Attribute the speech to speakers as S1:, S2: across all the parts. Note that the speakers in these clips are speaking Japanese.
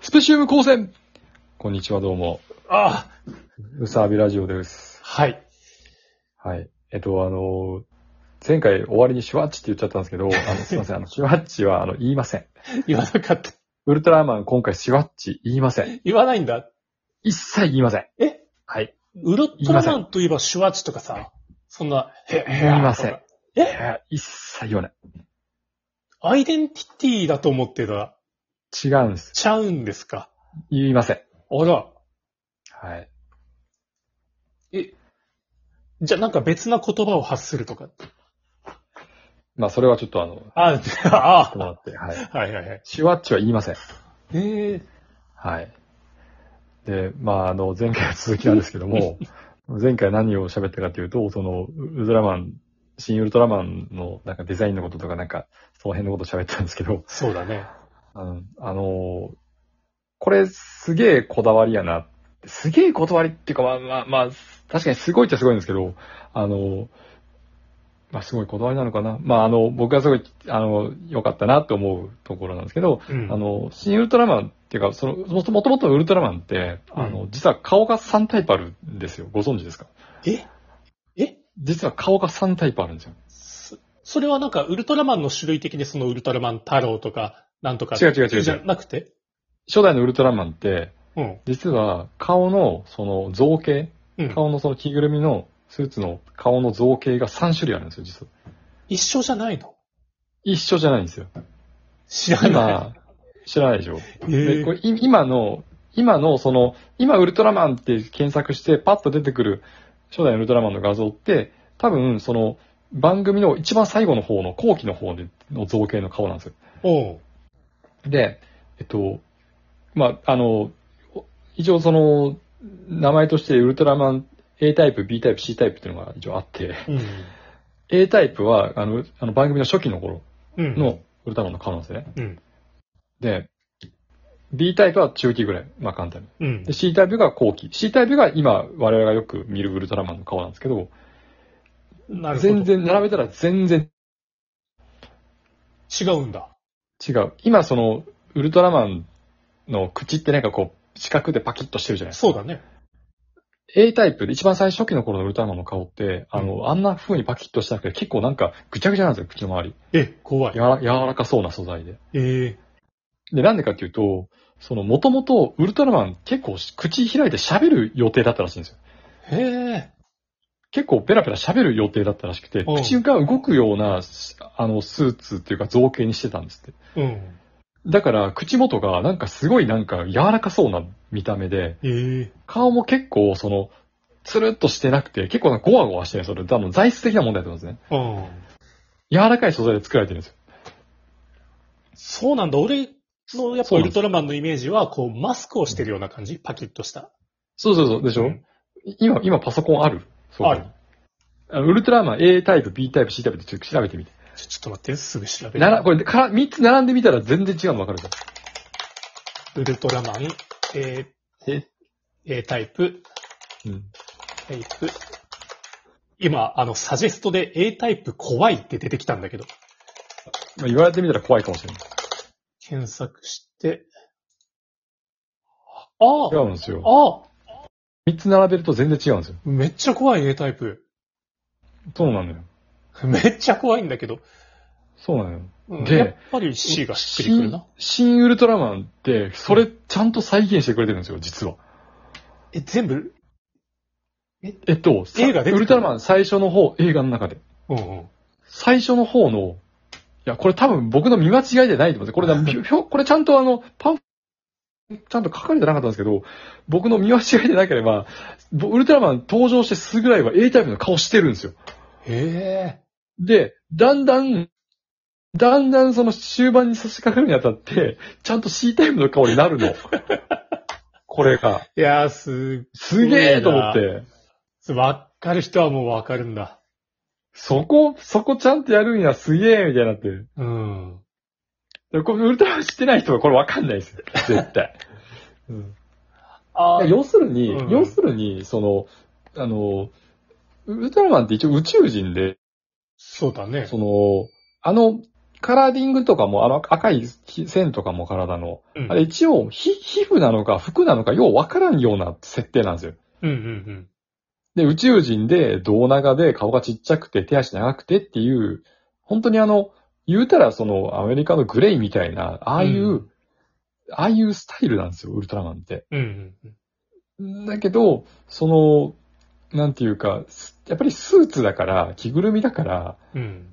S1: スペシウム光線こんにちは、どうも。
S2: ああ
S1: うさあびラジオです。
S2: はい。
S1: はい。えっと、あの、前回終わりにシュワッチって言っちゃったんですけど、あ の、すいません、あの、シュワッチは、あの、言いません。
S2: 言わなかった。
S1: ウルトラマン今回シュワッチ言いません。
S2: 言わないんだ。
S1: 一切言いません。
S2: え
S1: はい。
S2: ウルトラマンといえばシュワッチとかさ、そんな、へ、へ、
S1: 言いません
S2: とか。
S1: い
S2: え
S1: や一切言わない。
S2: アイデンティティだと思ってた。
S1: 違うんです。
S2: ちゃうんですか。
S1: 言いません。
S2: あら。
S1: はい。
S2: え、じゃあなんか別な言葉を発するとか。
S1: まあ、それはちょっとあ の、
S2: あ、あ
S1: ともらって、はい。
S2: あ。はいはいはい。
S1: シュワッチは言いません。
S2: ええ
S1: はい。で、まあ、あの、前回の続きなんですけども、前回何を喋ったかというと、その、ウルトラマン、新ウルトラマンのなんかデザインのこととかなんか、その辺のこと喋ったんですけど、
S2: そうだね。
S1: あの、あのこれすげえこだわりやな。すげえこだわりっていうか、まあまあ、まあ、確かにすごいっちゃすごいんですけど、あの、まあすごいこだわりなのかな。まああの、僕がすごい、あの、良かったなと思うところなんですけど、
S2: うん。
S1: あ、の、新ウルトラマンっていうか、その、もともとのウルトラマンって、
S2: うん
S1: あの、実は顔が3タイプあるんですよ。ご存知ですか
S2: ええ
S1: 実は顔が3タイプあるんですよ。
S2: そそれはなんかウルトラマンの種類的にそのウルトラマン太郎とか、なんとか。
S1: 違う違う違う違う
S2: じゃなくて
S1: 初代のウルトラマンって、
S2: うん。
S1: 実は顔のその造形、
S2: うん。
S1: 顔のその着ぐるみのスーツの顔の造形が3種類あるんですよ、実は。
S2: 一緒じゃないの
S1: 一緒じゃないんですよ。
S2: 知らない。
S1: 今、知らないでしょ
S2: え
S1: でこれい今の、今のその、今ウルトラマンって検索してパッと出てくる初代のウルトラマンの画像って、多分その番組の一番最後の方の後期の方での造形の顔なんですよ。
S2: おう
S1: で、えっと、まあ、あの、一応その、名前としてウルトラマン A タイプ、B タイプ、C タイプっていうのが一応あって、
S2: うん。
S1: A タイプはあの、あの番組の初期の頃
S2: うん。
S1: のウルトラマンの顔なんですよね。
S2: うん。
S1: で、B タイプは中期ぐらい、まあ簡単に。
S2: うん
S1: で、。C タイプが後期。C タイプが今、我々がよく見るウルトラマンの顔なんですけど、
S2: なるほど。
S1: 全然、並べたら全然
S2: 違うんだ。
S1: 違う。今、その、ウルトラマンの口ってなんかこう、四角でパキッとしてるじゃないですか。
S2: そうだね。
S1: A タイプで一番最初期の頃のウルトラマンの顔って、あの、あんな風にパキッとしてなくて、結構なんかぐちゃぐちゃなんですよ、口の周り。
S2: え、怖い。
S1: やわら柔らかそうな素材で。
S2: え
S1: で、なんでかっていうと、その、もともとウルトラマン結構口開いて喋る予定だったらしいんですよ。
S2: ー、へえ。
S1: 結構ペラペラ喋る予定だったらしくて、
S2: うん
S1: 口が動くような、すあの、スーツっていうか造形にしてたんですって。
S2: うん。
S1: だから、口元がなんかすごいなんか柔らかそうな見た目で、
S2: えー、
S1: 顔も結構その、つるっとしてなくて、結構なんかゴワゴワしてるそれ、多分材質的な問題だと思うんですね。
S2: うん。
S1: 柔らかい素材で作られてるんですよ。
S2: そうなんだ。俺のやっ
S1: そう
S2: ぱ
S1: なんです
S2: ウルトラマンのイメージは、こう、マスクをしてるような感じパキッとした。
S1: そうそうそう、でしょ、
S2: うん
S1: 今、今パソコンあるそこに
S2: ある
S1: あのウルトラマン A タイプ、B タイプ、C タイプってちょっと調べてみて。
S2: ちょちょっと待って、すぐ調べる。
S1: なら、これから、3つ並んでみたら全然違うの分かるじ
S2: ウルトラマン、え
S1: ゃん。え
S2: ー、A タイプ、
S1: うん。
S2: タイプ。今、あの、サジェストで A タイプ怖いって出てきたんだけど、
S1: まあ、言われてみたら怖いかもしれない。
S2: 検索して、あ
S1: 違
S2: あ、
S1: うんですよ。
S2: ああ、
S1: 三つ並べると全然違うんですよ。
S2: めっちゃ怖い A タイプ。
S1: そうなのよ。
S2: めっちゃ怖いんだけど。
S1: そうなのよ。
S2: うん
S1: で
S2: やっぱり C がしっくりくるな。
S1: 新新ウルトラマンって、それちゃんと再現してくれてるんですよ、実は。
S2: え、全部
S1: えっと、さ
S2: 映画出てくる
S1: ウルトラマン最初の方、映画の中で。
S2: うんうん。
S1: 最初の方の、いや、これ多分僕の見間違いじゃないと思って、これだ、ひょこれちゃんとあの、パン、ちゃんと書かれてなかったんですけど、僕の見間違いでなければ、ぼウルトラマン登場してすぐぐらいは A タイプの顔してるんですよ。
S2: へえ。
S1: で、だんだん、だんだんその終盤に差し掛かるにあたって、ちゃんと C タイムの顔になる の。これが。
S2: いやー、す、
S1: すげえと思って。
S2: わかる人はもうわかるんだ。
S1: そこ、そこちゃんとやるんや、すげえみたいになって。
S2: うん。
S1: でこれウルトラマン知ってない人はこれわかんないですよ。絶 対。
S2: ああ、
S1: 要するに、
S2: うん
S1: 要するに、その、あの、ウルトラマンって一応宇宙人で、
S2: そうだね。
S1: その、あの、カラーリングとかも、あの赤い線とかも体の、
S2: うん
S1: あれ一応ひ皮膚なのか服なのかようわからんような設定なんですよ。
S2: うんうん
S1: で、宇宙人で、胴長で、顔がちっちゃくて、手足長くてっていう、本当にあの、言うたらその、アメリカのグレイみたいな、ああいう、
S2: うん
S1: ああいうスタイルなんですよ、ウルトラマンって。
S2: うん。うんうん
S1: だけど、その、なんていうか、すやっぱりスーツだから、着ぐるみだから、
S2: うん。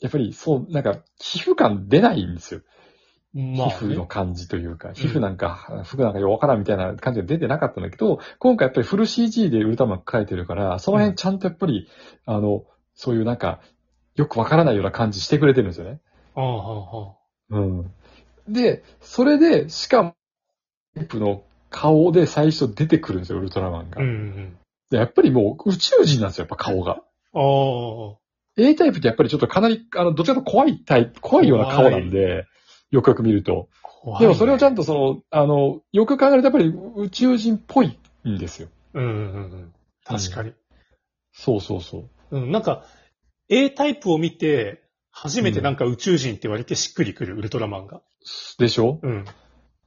S1: やっぱりそう、なんか、皮膚感出ないんですよ。
S2: うん。
S1: 皮
S2: まあね、
S1: 膚の感じというか、皮膚なんか、服なんかよくわからんみたいな感じが出てなかったんだけど、今回やっぱりフル CG でウルトラマン描いてるから、その辺ちゃんとやっぱり、あの、そういうなんか、よくわからないような感じしてくれてるんですよね。
S2: ああ、は
S1: うん。で、それで、しかも、テープの顔で最初出てくるんですよ、ウルトラマン
S2: あ、
S1: が。
S2: うんうん。
S1: でやっぱりもう宇宙人なんですよ、やっぱ顔が。
S2: ああ。
S1: A タイプってやっぱりちょっとかなり、あの、どちらかというと怖いタイプ、怖いような顔なんで、よくよく見ると。
S2: 怖い、
S1: でもそれをちゃん
S2: と。
S1: とその、あの、よく考えるとやっぱり宇宙人っぽいんですよ。
S2: うんうんうんうん。確かに。
S1: そうそうそう。
S2: うん、なんか、A タイプを見て、初めてなんか宇宙人って割としっくりくる、ウルトラマンが。
S1: でしょ
S2: うん。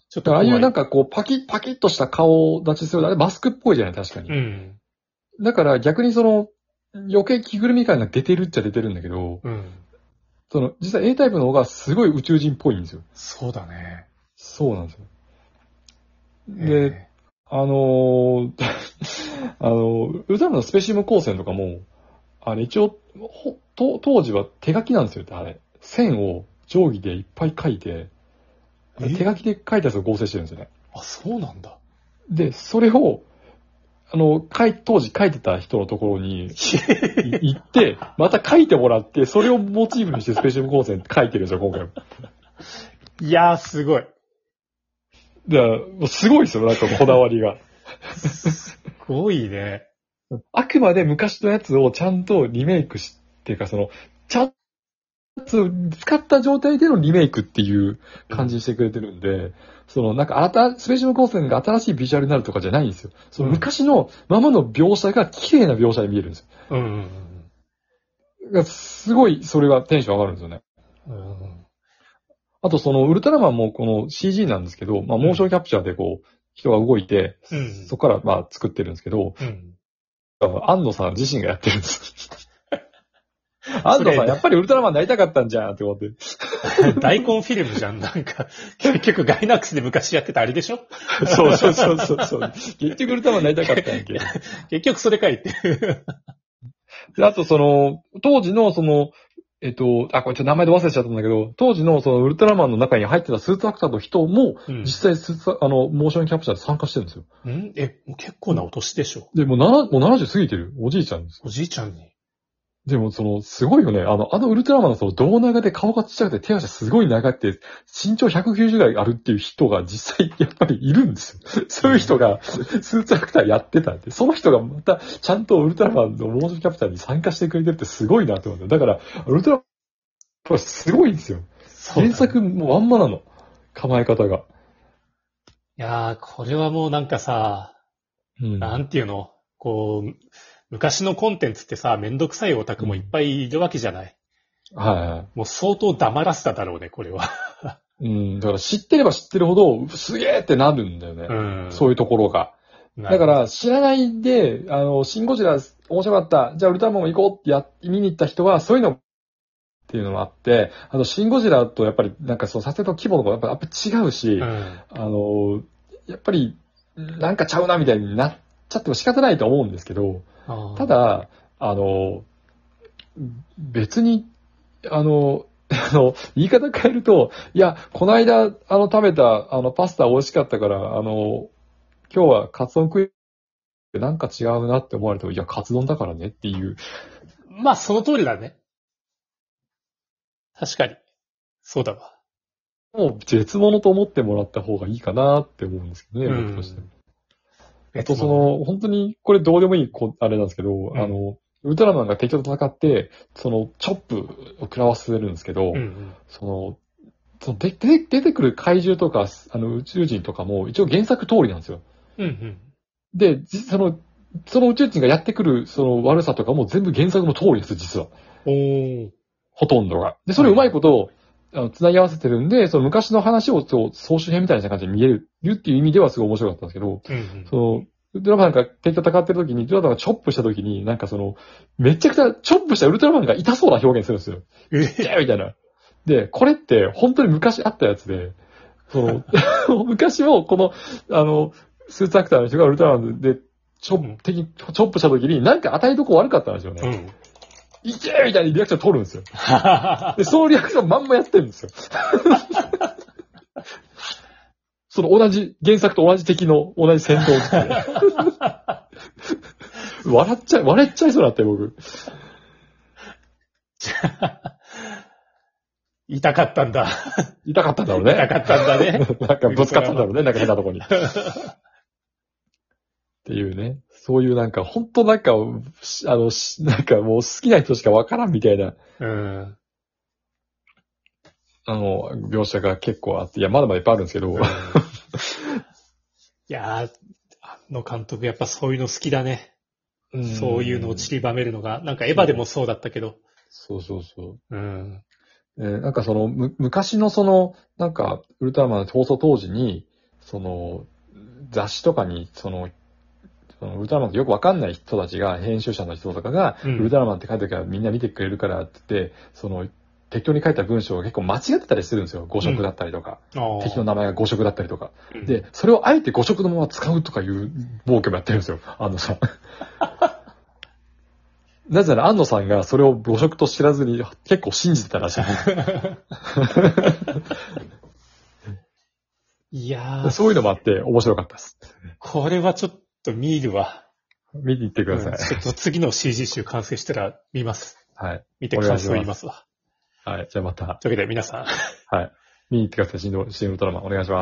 S2: ちょっ
S1: だからああいうなん
S2: か、
S1: かこうパキッパキッとした顔立ちする、あれマスクっぽいじゃない確か
S2: う
S1: に。
S2: ん。
S1: だから逆にその、余計着ぐるみ感が出てるっちゃ出てるんだけど、
S2: うん。
S1: その、実際 A タイプの方がすごい宇宙人っぽいんですよ。
S2: そうだね。
S1: そうなんですよ。で、
S2: え
S1: あのー あの、ウルトラマンのスペシウム光線とかも、あれ一応、ほと当時は手書きなんですよ、あれ。線を定規でいっぱい書いて、
S2: え
S1: 手書きで書いたやつを合成してるんですよね。
S2: ーあ、そうなんだ。
S1: で、それを、あの、書い、当時書いてた人のところにい行って、また書いてもらって、それをモチーフにしてスペシウム光線書いてるんですよ、今回も。
S2: いやー、すごい。
S1: だからもうすごいですよ、なんかこだわりが。
S2: すごいね。
S1: あくまで昔のやつをちゃんとリメイクし、っていうかその、ちゃんと使った状態でのリメイクっていう感じにしてくれてるんで、そのなんかあた、スペシウム光線が新しいビジュアルになるとかじゃないんですよ。その
S2: うん
S1: 昔のままの描写が綺麗な描写に見えるんですよ
S2: うんう
S1: だ
S2: ん。
S1: からすごい、それはテンション上がるんですよね。
S2: うんうん。
S1: あとその、ウルトラマンもこの CG なんですけど、まあ、モーションキャプチャーでこう、人が動いて、
S2: うん
S1: そこからまあ作ってるんですけど、
S2: うん。
S1: 安野さん自身がやってるんです。 安野さん、やっぱりウルトラマンになりたかったんじゃんって思って。
S2: 大根フィルムじゃん。なん か、結局ガイナックスで昔やってたあれでしょ
S1: そうそうそうそうそう。結局ウルトラマンになりたかったんやけど。
S2: 結局それかいって。
S1: で、あとその、当時のその、えっと、あ、これちょっと名前で忘れちゃったんだけど、当時のそのウルトラマンの中に入ってたスーツアクターの人も、
S2: うん
S1: 実際スーツ、あの、モーションキャプチャーで参加してるんですよ。
S2: うんえ、もう結構なお年でしょ
S1: で、もうななもう70過ぎてる。おじいちゃんです。
S2: おじいちゃんに。
S1: でも、その、すごいよね。あの、あのウルトラマンのその、胴長で顔がちっちゃくて手足すごい長くて、身長190ぐらいあるっていう人が実際やっぱりいるんですよ。 そういう人が、スーツアクターやってたんで、その人がまた、ちゃんとウルトラマンのモーションキャプチャーに参加してくれてるってすごいなって思うんだよ。だから、ウルトラマン、これすごいんですよ。
S2: そ
S1: 原
S2: うだね
S1: 作もあんまなの。構え方が。
S2: いやー、これはもうなんかさ、
S1: うん。
S2: なんていうのこう、昔のコンテンツってさ、めんどくさいオタクもいっぱいいるわけじゃない。
S1: は
S2: もう相当黙らせただろうね、これは。
S1: い。うん。だから知ってれば知ってるほど、すげーってなるんだよね。
S2: ん
S1: そういうところが。
S2: う。
S1: だから、知らないで、あの、シンゴジラ面白かった、じゃあウルトラマンも行こうってや、見に行った人は、そういうの、っていうのもあって、あと、シンゴジラとやっぱり、なんかそう、撮影の規模とかやっぱやっぱ違うし、
S2: うん。
S1: あの、やっぱり、なんかちゃうなみたいになっちゃっても仕方ないと思うんですけど、
S2: あー
S1: た、だ、あの、別に、あの、 あの、言い方変えると、いや、この間、あの、食べた、あの、パスタ美味しかったから、あの、今日はカツ丼食い、なんか違うなって思われても、いや、カツ丼だからねっていう。
S2: まあ、その通りだね。確かに。そうだわ。
S1: もう絶物と思ってもらった方がいいかなって思うんですけどね、
S2: うん
S1: 僕としても。
S2: え
S1: あとそ、の、本当に、これどうでもいいこ、あれなんですけど、
S2: ん
S1: あの、ウルトラマンが敵と戦って、その、チョップを食らわせるんですけど、
S2: うんうん。
S1: その、そのでで出てくる怪獣とか、あの、宇宙人とかも、一応原作通りなんですよ。
S2: うんうん。
S1: で、じその、その宇宙人がやってくる、その悪さとかも全部原作の通りです、実は。
S2: おー。
S1: ほとんどが。で、それをうまいこと、あの、繋ぎ合わせてるんで、その昔の話をそう総集編みたいな感じで見えるっていう意味ではすごい面白かったんですけど、
S2: うんうん
S1: その、ウルトラマンが敵と戦ってる時に、ウルトラマンがチョップした時に、なんかその、めちゃくちゃチョップしたウルトラマンが痛そうな表現するんですよ。
S2: え
S1: みたいな。で、これって本当に昔あったやつで、その、 昔もこの、あの、スーツアクターの人がウルトラマンで、チョ
S2: うん
S1: ップ、敵、チョップした時に、なんか与えどこ悪かったんですよ
S2: う
S1: ね。
S2: ん。
S1: いけーみたいにリアクション取るんですよ。 で、そのリアクションまんまやってるんですよ。 その同じ、原作と同じ敵の同じ戦闘を して。笑っちゃい、笑っちゃいそうになって、僕。
S2: 痛かったんだ。
S1: 痛かったんだろうね。
S2: 痛かったんだね。
S1: なんかぶつかったんだろうね、なんか変なとこに。っていうね。そういうなんか、ほんとなんか、しあの、しなんかもう好きな人しかわからんみたいな、
S2: うん。
S1: あの、描写が結構あって、いや、まだまだいっぱいあるんですけど
S2: うん、いやー、庵野監督やっぱそういうの好きだね。そういうのを散りばめるのが、なんかエヴァでもそうだったけど。
S1: そうそうそう。
S2: うん。
S1: えーなんかその、む、昔のその、なんか、ウルトラマンの放送当時に、その、雑誌とかに、その、そのウルトラマンってよくわかんない人たちが、編集者の人とかが、
S2: うん
S1: ウルトラマンって書いてるからみんな見てくれるからって言って、その、適当に書いた文章が結構間違ってたりするんですよ。5色だったりとか。
S2: ああ
S1: 敵の名前が5色だったりとか。
S2: うん
S1: で、それをあえて5色のまま使うとかいう暴挙もやってるんですよ。安野 さん。なぜなら安野さんがそれを5色と知らずに結構信じてたらしい。
S2: いやー、
S1: そういうのもあって面白かったです。
S2: これはちょっと見るわ。
S1: 見に行ってください。
S2: うんちょっと次の CG 集完成したら見ます。
S1: はい。
S2: 見て感想言いますわ。
S1: はい。じゃあまた、
S2: というわけで皆さん。
S1: 見に行ってください。新ド新ウルトラマンお願いします。